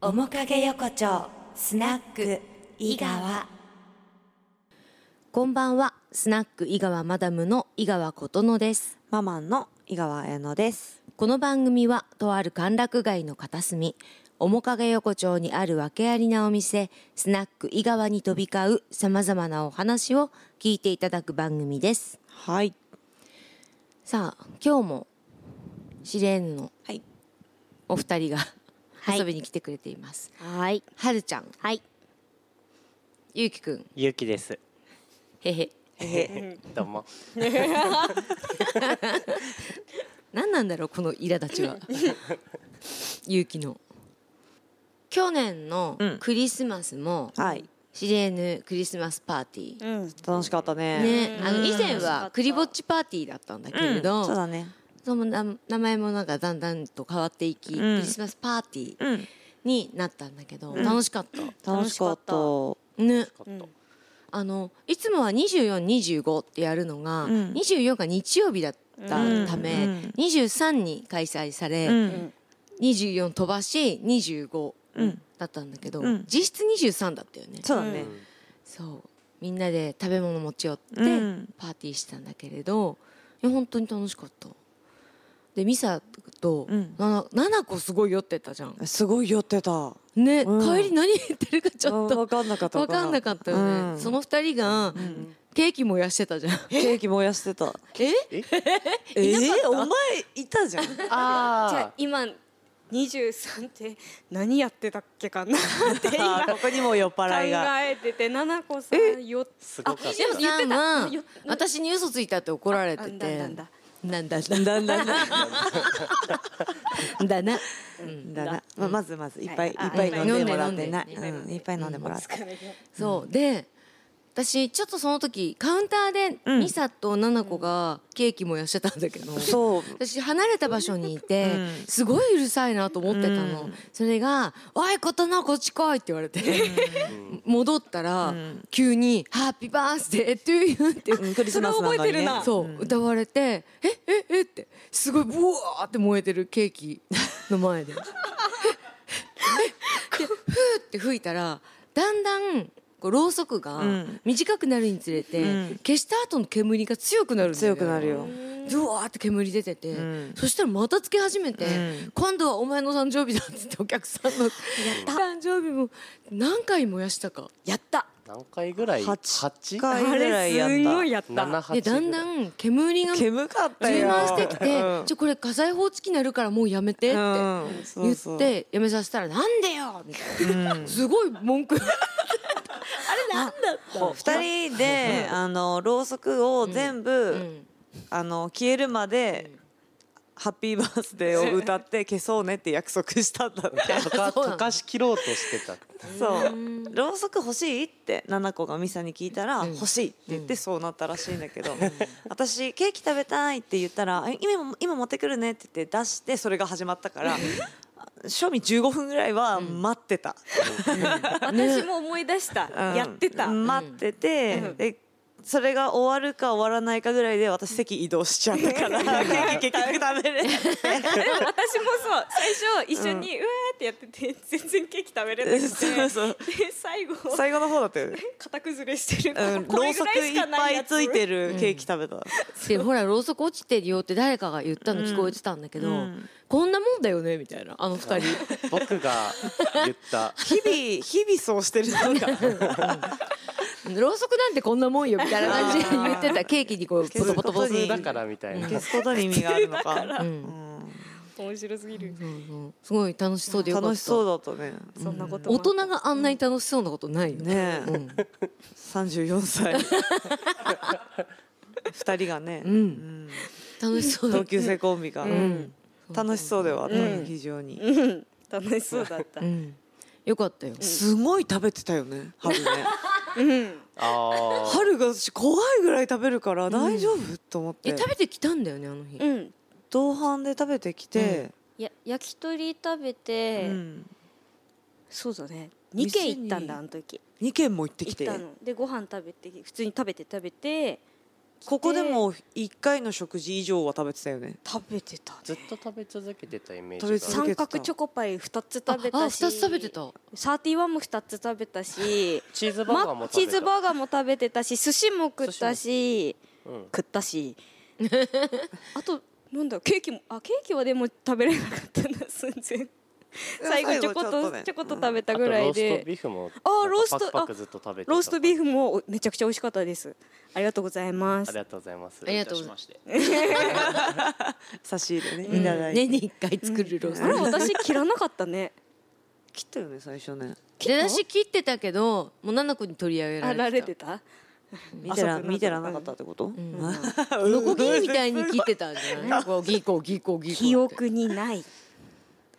面影横丁スナック井川こんばんはスナック井川マダムの井川琴乃ですママンの井川彩乃です。この番組はとある歓楽街の片隅面影横丁にある訳ありなお店スナック井川に飛び交うさまざまなお話を聞いていただく番組ですはい。さあ今日もシレーヌのはい。お二人がはい遊びに来てくれています、はい。はるちゃんはい。ゆうきくんゆうきです。へへどうも。何なんだろうこの苛立ち は勇気の去年のうんクリスマスも、はい。シレーヌクリスマスパーティー、楽しかったね。ね、あの以前楽しかっはたクリぼっちパーティーだったんだけれど、そうだね。その名名前もなんかだんだんと変わっていき、うんクリスマスパーティーうん。になったんだけど、楽しかった、楽しかった。ねうんあのいつもは2425ってやるのが、うん24が日曜日だったため、うんうん23に開催され、うん。 24飛ばし25うんだったんだけど、うん実質23だったよねそうだね。そうみんなで食べ物持ち寄ってうんパーティーしたんだけれど、いや本当に楽しかったでミサと、うんなななこすごい酔ってたじゃんすごい酔ってた。ね、うん帰り何言ってるかちょっわとかんなかった。分かんなかったよね、うんその二人がケーキ燃やしてたじゃんケーキ燃やしてた。えええ、お前いた じゃん。あじゃあ今23って何やってたっけかなっ て今ここにも酔っ考払いが。えてて奈々子さんよっすごかっでも言ってたさんは言っ私に嘘ついたって怒られててあなんだなんだだなんんだだんだんだん だなだな。まあまずまずいっぱいいっはいぱい飲んでもらっ飲んでて飲んな。でうんいっぱい飲んでもらって。そうで私ちょっとその時カウンターでうんミサとナナコがケーキ燃やしてたんだけど、そう。私離れた場所にいて、うんすごいうるさいなと思ってたの、うんそれが「おい琴乃こっち来い」って言われて、 戻ったら、うん急に「ハッピーバースデートゥーユー」って、うんクリスマスなのにねそれ覚えてるなそう、うん歌われて「えええっ?」てすごいブワーって燃えてるケーキの前 で。って吹いたらだんだんこうろうそくがうん短くなるにつれて、うん消した後の煙が強くなるんだよ強くなるよ。ドワーって煙出てて、んそしたらまたつけ始めて、うん今度はお前の誕生日だっつってお客さんの誕生日も何回燃やしたかやったた。何回ぐらい？八八回あれすんごいやった七八。でだんだん。ん煙が充煙かったよ。満してきてう「んちょこれ火災報知器なるからもうやめて」ってうん言そうそうってやめさせたら「なんでよ!」みたいな、すごい文句あれなんだったの二人であのろうそくを全部、うんあの消えるまで、ハッピーバースデーを 歌って消そうねって約束したんだって。 とか溶かし切ろうとしてた。そうろうそく欲しいって七子がミサに聞いたら、欲しいって言ってそうなったらしいんだけど、私ケーキ食べたいって言ったらえ今も今持ってくるねって言って出してそれが始まっ たから賞味15分ぐらいは待ってた、私も思い出したうんやってた待ってて、うんでそれが終わるか終わらないかぐらいで私席移動しちゃった から結局食べれないでも私もそう最初一緒にうわーってやってて全然ケーキ食べれなくそうそうてで最後 最後の方だったよね、型崩れしてるうん、 ころれうぐそらくいしいっかなぱいやいつついてるケーキ食べた、でほらろうそく落ちてるよって誰かが言ったの聞こえてたんだけど、うんこんなもんだよねみたいなあの二人僕が言った。日々日々そうしてるなんか ろうそくなんてこんなもんよみたいな感 じで言ってたケーキにこうポト消すポこトとポトにだからみたいな。消すことに意味があるのか からうん面白すぎるそうそうすごい楽しそうでよかった楽しそうだったねそんなことも大人があんなに楽しそうなことないよねねうえ、ん34歳二人がね、うん楽しそうだ同級生コンビが、ん楽しそうではあったね、うん非常に、うん楽しそうだったうんよかったよすごい食べてたよね 春ねうんああ。春が私怖いぐらい食べるから大丈夫、と思ってえ食べてきたんだよねあの日うん同伴で食べてきて、や焼き鳥食べうて、んそうだね店2軒に行ったんだあの時二2軒も行って行きってたのでご飯食べて普通に食べて食べてここでも一回の食事以上は食べてたよ ね食べてたずっと食べ続けてたイメージ食べが続三けてた角チョコパイ二つ食べあたあし二つ食べてたサーティワンも二つ食べたしチーズバーガーもマ食べチーたズバーガーも食べてたし寿司も食ったしうん食ったし あとなんだケーキもあケーキはでも食べれなかったな 寸前最後チョコとチョコと食べてたぐらいあとローストでビーフもあーローストパクパクずっと食べてたローストビーフフもめちゃくちゃ美味しかったですありがとうございまあすりがとうございますありがいとたうごしざいまますして差し入れうねんいただいて、年に一回作るロースあれト私切らなかったね切ったよね最初ね出だし切ってたけどもう七子に取り上げらあれてたられてた見てらあそうか見てらなかったってこと、 うんノコギリみたいに切ってたんじゃないこうギコギコギコって記憶にない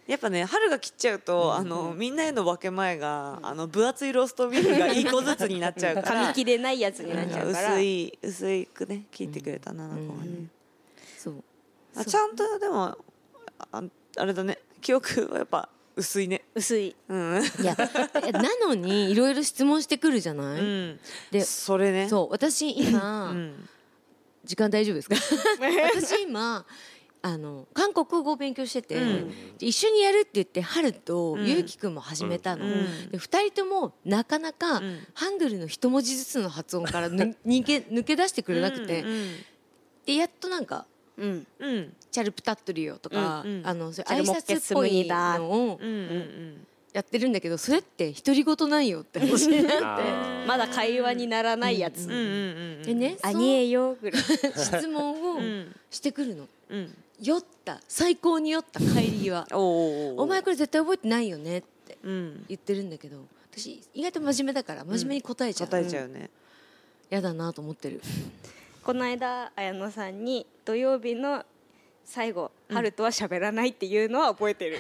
やっぱね春が切っちゃうと、あのみんなへの分け前が、あの分厚いローストビーフが一個ずつになっちゃうから見切れないやつになっちゃうから薄い薄いくね切ってくれたな、こうねそうあちゃんとでもああれだね記憶はやっぱ薄いね薄いうん、いやえなのにいろいろ質問してくるじゃなうい、ん、でそれねそう私今、ん時間大丈夫 ですか私今あの韓国語を勉強してて、うん一緒にやるって言って春とうんゆうきくんも始めたの、うんで2人ともなかなか、んハングルの一文字ずつの発音からぬ 逃げ抜け出してくれなくて、うんでやっとなんかうんうんうん「チャルプタットリオ」とか、うんうんあのそうチャ挨ルモッケ拶スっムぽニいーだのをうんうんやってるんだけどそれって独り言なんよって 話になってあーまだ会話にならないやつうんうんうんうんでねあそのにえよぐらい質問うをんしてくるの。うん酔った最高に酔った帰り際おおお前これ絶対覚えてないよねってうん言ってるんだけど私意外と真面目だから真面目に答えちゃう、答えちゃうねやだなと思 ってるこの間綾乃さんに土曜日の最後春とは喋らないっていうのは覚え てる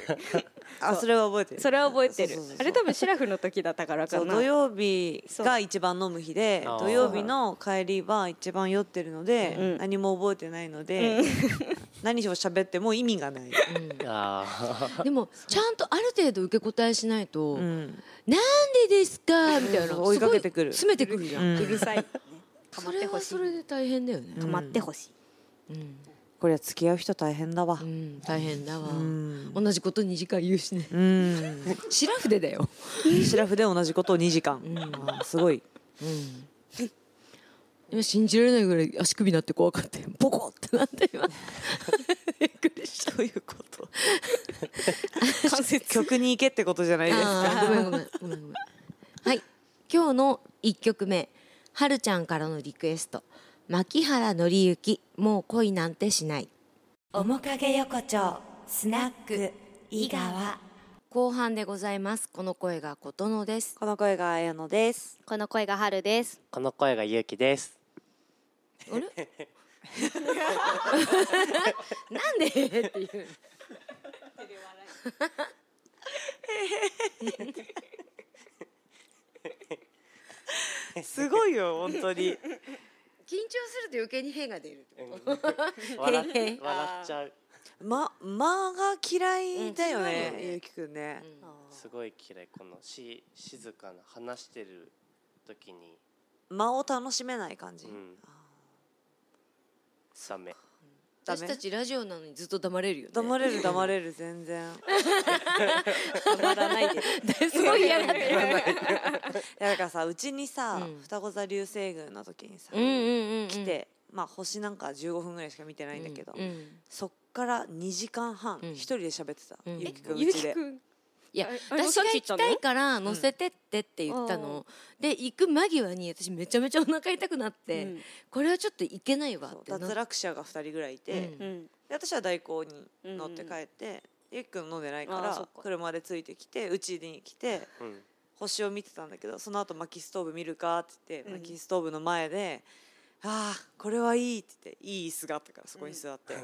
あそれは覚えてるそれは覚えてそるうそうそうそうあれ多分シラフの時だったからかそうな土曜日が一番飲む日でそう土曜日の帰りは一番酔ってるので、うん何も覚えてないので、 何を喋っても意味がない、あでもちゃんとある程度受け答えしないと「うなんん、でですか?」みたいなうん追いかけてくるすごい詰めてくるじゃん、うんうるさいそ構っれてほはしそいれで大変だよね構ってほしいうん、これは付き合う人大変だわうん大変だわ、ん同じこと2時間言うしねうん白筆だよ、シラフで同じことを2時間、あーすごいうん、今信じられないぐらい足首なって怖かったよボコってなって今びっくりしたどういうこと関節曲に行けってことじゃないですかあーごめんごめんごめんごめんはい今日の一曲目はるちゃんからのリクエスト牧原紀之もう恋なんてしない面影横丁スナック井川後半でございますこの声が琴乃ですこの声が綾乃ですこの声が春ですーこの声がゆうきですあれなんでっていうすごいよ本当に緊張すると余計に変が出る 笑っ笑っちゃうま間が嫌いだよね、うんゆうきくんね、すごい嫌いこのし静かな話してる時に間を楽しめない感じ、うんダメダ私メたちラジオなのにずっと黙れるよね黙れる黙れる全然まらない で すごい嫌がってるいやだからさうちにさ、うん双子座流星群の時にさ、うんうんうんうん 来てまあ星なんか15分ぐらいしか見てないんだけど、うんうんそっから2時間半うん一人で喋ってた、うんゆうきくんうゆうちきでくんいやあれあれ私が行きたいからの乗せてってって言ったの、で行く間際に私めちゃめちゃお腹痛くなって、うんこれはちょっと行けないわそっうてな脱落者が2人ぐらいいて、うんでうん私は代行に乗って帰って、ゆうきくん飲んでないかあーそっらか車でついてきてうちに来てうん 星を見てたんだけどその後薪ストーブ見るかって言って、うん薪ストーブの前で「ああこれはいい」って言っていい椅子があったからそこに座って、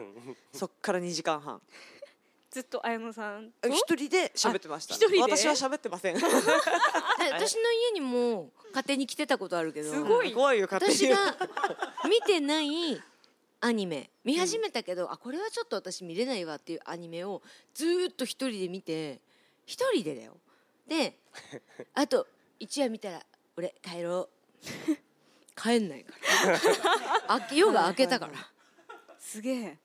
そっから2時間半ずっと綾乃さんと一人で喋ってましたあ一人で私は喋ってませんすで私の家にも勝手に来てたことあるけどごい怖いよ勝手に 私が見てないアニメ見始めたけど、あこれはちょっと私見れないわっていうアニメをずーっと一人で見て一人でだよ であと一夜見たら俺帰ろう 帰んない から。あき夜が明けたから。すげえ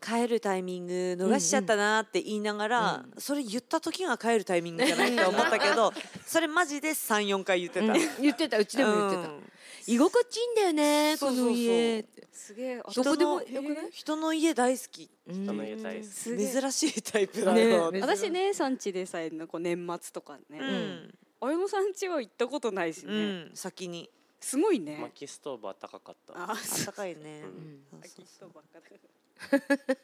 帰るタイミング逃しちゃったなって言いながら、それ言った時が帰るタイミングじゃないって思ったけ どそれマジで34回言ってた、うん 言ってたうちでも言ってたう。ん居心地いいんだよねそこうそうそうの家。すげえどこでも人よのくない？人の家大好き人の家大好きすげえ珍しいタイプだよ、ね私姉さん家でさえのこう年末とかね、う、うん俺もさん家は行ったことないしね、うん、先にすごいね、薪ストーブ暖かかったああったかいねう、うんんそうきそうっとばっかだ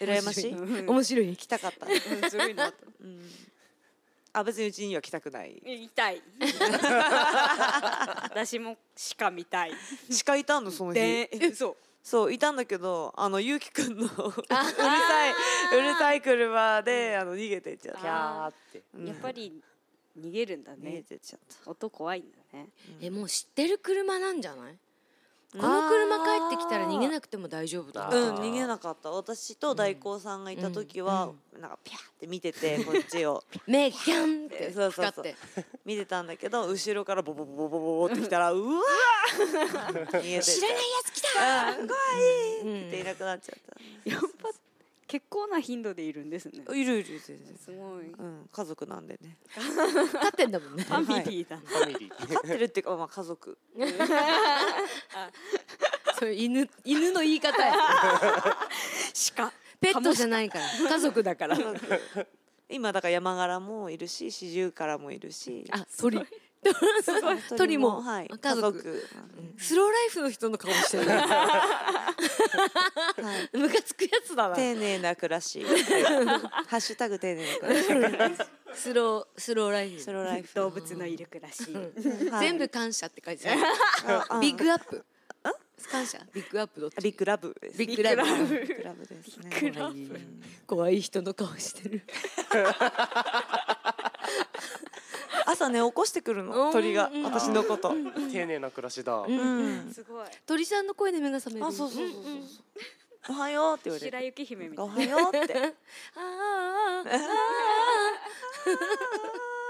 羨ましいうん面白いね。来たかった、うんすごいなとうん、あ別にうちには来たく ない見たい私も鹿見たい鹿いたのその日でそうそういたんだけどあのゆうきくんのうるさいうるさい車であの逃げてっちゃったキャーってうんやっぱり逃げるんだ逃げねてっちゃった音怖いんだねえもう知ってる車なんじゃない？こんの車帰ってきたら逃げなくても大丈夫だあっーた。うん逃げなかった私と大光さんがいた時は、なんかピャーって見 ててこっちを目ギャンってそうそう光っそうて。見てたんだけど後ろからボボボボボボボってきたらうわ ー逃げて知らないやつ来た怖いっていなくなっちゃっやっぱ結構な頻度でいるんですねたいるいる全然、すごいうん、家族なんでね立ってんだ もんね。ファミリーだ、ファミリー飼ってるっていうかまあ家族 それ犬犬の言い方や。鹿ペットじゃないから家族だから。今だから山柄もいるし四十からもいるしあ鳥。鳥もはい、家家族族 スローライフの人の顔してる。 はいムカつくやつだな。丁寧な暮らしハッシュタグ丁寧な暮らしスロースローライフソ。ロライフ動物のいる暮らしはい全部感謝って書いてある。ああビッグアップ。感謝。ビッグアップドット。ビッグラブですビッグラブビッグラブですね怖い怖い人の顔してる。朝ね起こしてくるの鳥がうん私のこと丁寧な暮らしだ、うん すごい鳥さんの声で目が覚める。あそうそうそうそうんんおはようって言われ白る雪姫みたおいなはようってあーあー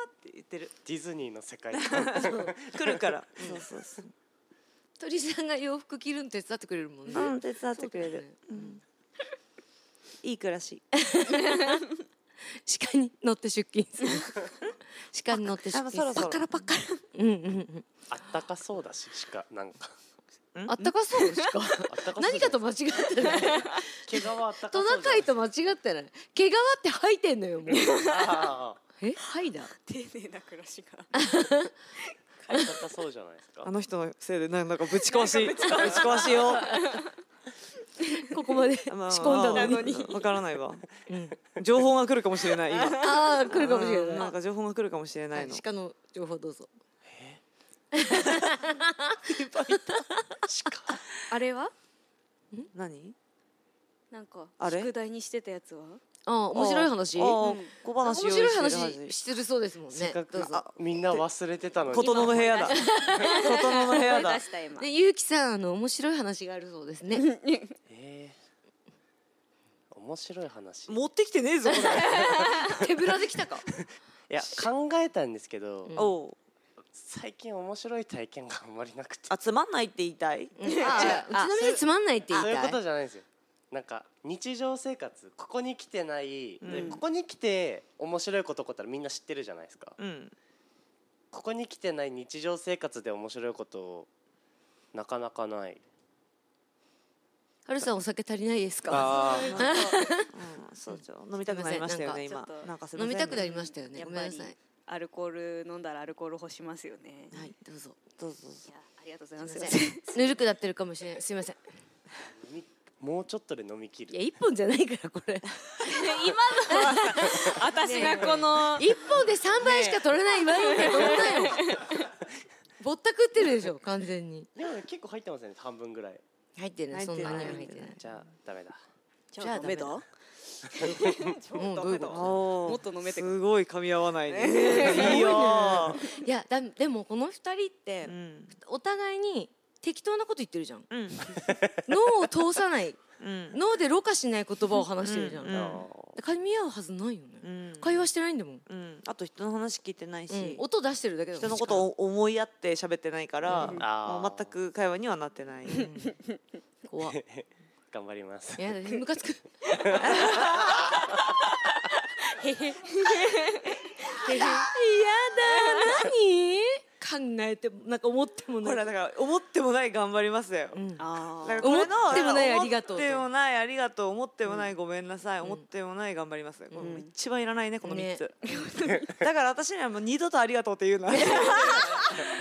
って言ってるディズニーの世界観来るからそうそうそう鳥さんが洋服着るの手伝ってくれるもんね。うん手伝ってくれそうだよるねうんいい暮らし鹿に乗って出勤する。 鹿に乗って出勤あもうすそるろ。そろパカラうんうんうん。あったかそうだし鹿なんかあったかそう鹿。あったかそうじゃない何かと間違ってない。毛皮あったかトそうナカイと間違ってない。毛皮って吐いてんのよもう。じゃないあえ、はいだ。丁寧な暮らしがーあったかそうじゃないですかあの人のせいでなんだかぶち壊しぶち壊しよここまで仕込んだのに。わからないわ情報が来るかもしれない今ああ、来るかもしれうんななんか情報が来るかもしれないい。の鹿の情報どうぞ。あれは何なんかあれ宿題にしてたやつはああ、面白い話。あ面ー小話用白い意してるはず話してるそうですもんせっねか。どくうぞ。あみんな忘れてたのに琴乃の部屋だ琴乃の部屋声だ 出した今で、ゆうきさん、あの面白い話があるそうですね。えー面白い話い持ってきてねえぞこれ手ぶらで来たか。や考えたんですけど、おう最近面白い体験があんまりなくてあつまんないって言いたいうんああうちの店つまんないって言いそういうたことい。じゃないんですよなんか日常生活ここに来てない、でうんここに来て面白いこと起こったらみんな知ってるじゃないですか、うんここに来てない日常生活で面白いことなかなかないはるさん、お酒足りないですか。あなんかうんそうじゃ飲みたくなりましたよねすいま今せんななんんかかすいませんね飲みたくなりましたよね。やごっめんなぱりさい。アルコール飲んだらアルコール干しますよねはい、どうぞ。どうぞどうぞいやありがとうございますすいませ ん。ぬるくなってるかもしれない。すいません。ーみもうちょっとで飲み切いや、る一本じゃないから、これ。今のは私がこ の一本で三杯しか取れないワインが飲んだよ。ぼったくってるでしょ、完全に。でもね結構入ってますよね半分ぐらい入ってない、そ入っんてなないには入ってない。じゃあダメだじゃあダメだもうどういうことももっと飲めてくすごい噛み合わな いねいいよいやだでもこの二人って、うんお互いに適当なこと言ってるじゃんうん脳を通さないうん脳でろ過しない言葉を話してるじゃん、うんうん噛み合うはずないよね、うん会話してないんだもん、うん、あと人の話聞いてないし、うん音出してるだけだもん人のことを思いやって喋ってないから、んまああー全く会話にはなってない。怖っい頑張りますやだムカつくへへへへやだ何考えてもなんか思って もほならいだから思ってもない頑張りますだよ。うんだあかーらこれの思ってもないだからありがとうと思ってもないありがとう思ってもないごめんなさい、思ってもない頑張りますこれ一番いらないねこの三つ、 だから私にはもう二度とありがとうって言うな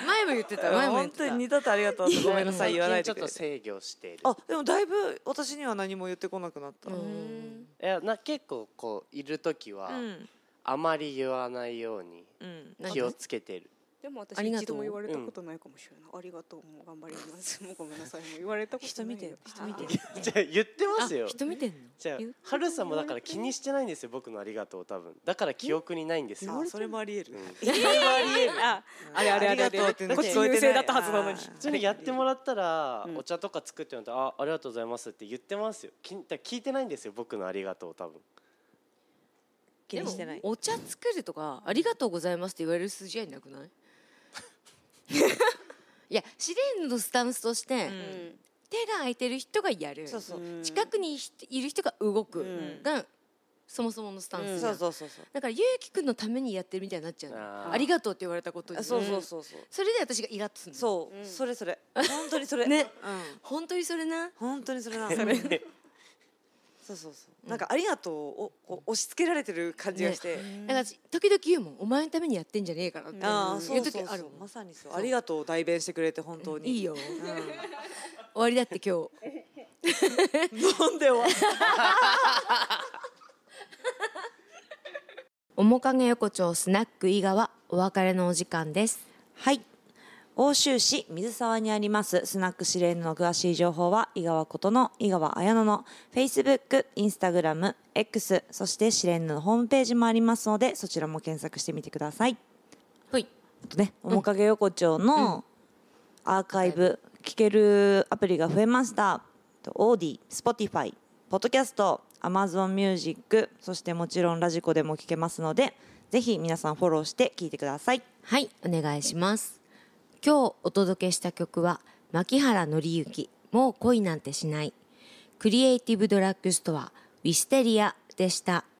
前も言ってた前も言っ本てた当に二度とありがとうってごめんなさい言わないで最く近ちょれっと制御してるあでもだいぶ私には何も言ってこなくなった、うんいやな結構こういる時は、うんあまり言わないようにうん何気をつけてる でも私ありがとう一度も言われたことないかもしれない。ありがとうも頑張ります。もうごめんなさいも言われたこと人ないよ。見て人見てじゃあ言ってあますよ人見てんのじゃあ言うハルさんもだから気にしてないんですよ僕のありがとう多分だから記憶にないんですよあそれもありえる、うん ああれあれあれあれありがとうってこっち優勢だったはずなのにあ普通にやってもらったら、うんお茶とか作ってもらったらあありがとうございますって言ってますよきだから聞いてないんですよ僕のありがとう多分気にしてないでもお茶作るとかありがとうございますって言われる筋合いな くないいや試練のスタンスとして、うん手が空いてる人がやるそうそう、うん近くにひいる人が動く、うんがそもそものスタンス、うんそうそうそうそうだからゆうきくんのためにやってるみたいになっちゃうのああーりがとうって言われたことにあねそうそうそうそうそれで私がイラッとするのそう、うんそれそれ本当にそれねうん本当にそれな本当にそれなのそうそうそうなんかありがとうをこう押し付けられてる感じがして、だから私時々言うもんお前のためにやってんじゃねえからってああそ言ううそ時うそあうるもまんさにそうそうありがとうを代弁してくれて本当にいいよ終うんわりだって今日 なんでわ面影横丁スナック伊賀はお別れのお時間ですはい欧州市水沢にありますスナックシレーヌの詳しい情報は井川ことの井川綾乃の Facebook、Instagram、X そしてシレーヌのホームページもありますのでそちらも検索してみてくださいはいあとね面影横丁のアーカイブ聞けるアプリが増えましたオーディ、スポティファイ、ポッドキャスト、アマゾンミュージックそしてもちろんラジコでも聞けますのでぜひ皆さんフォローして聞いてくださいはいお願いします今日お届けした曲は牧原紀之もう恋なんてしないクリエイティブドラッグストアウィステリアでした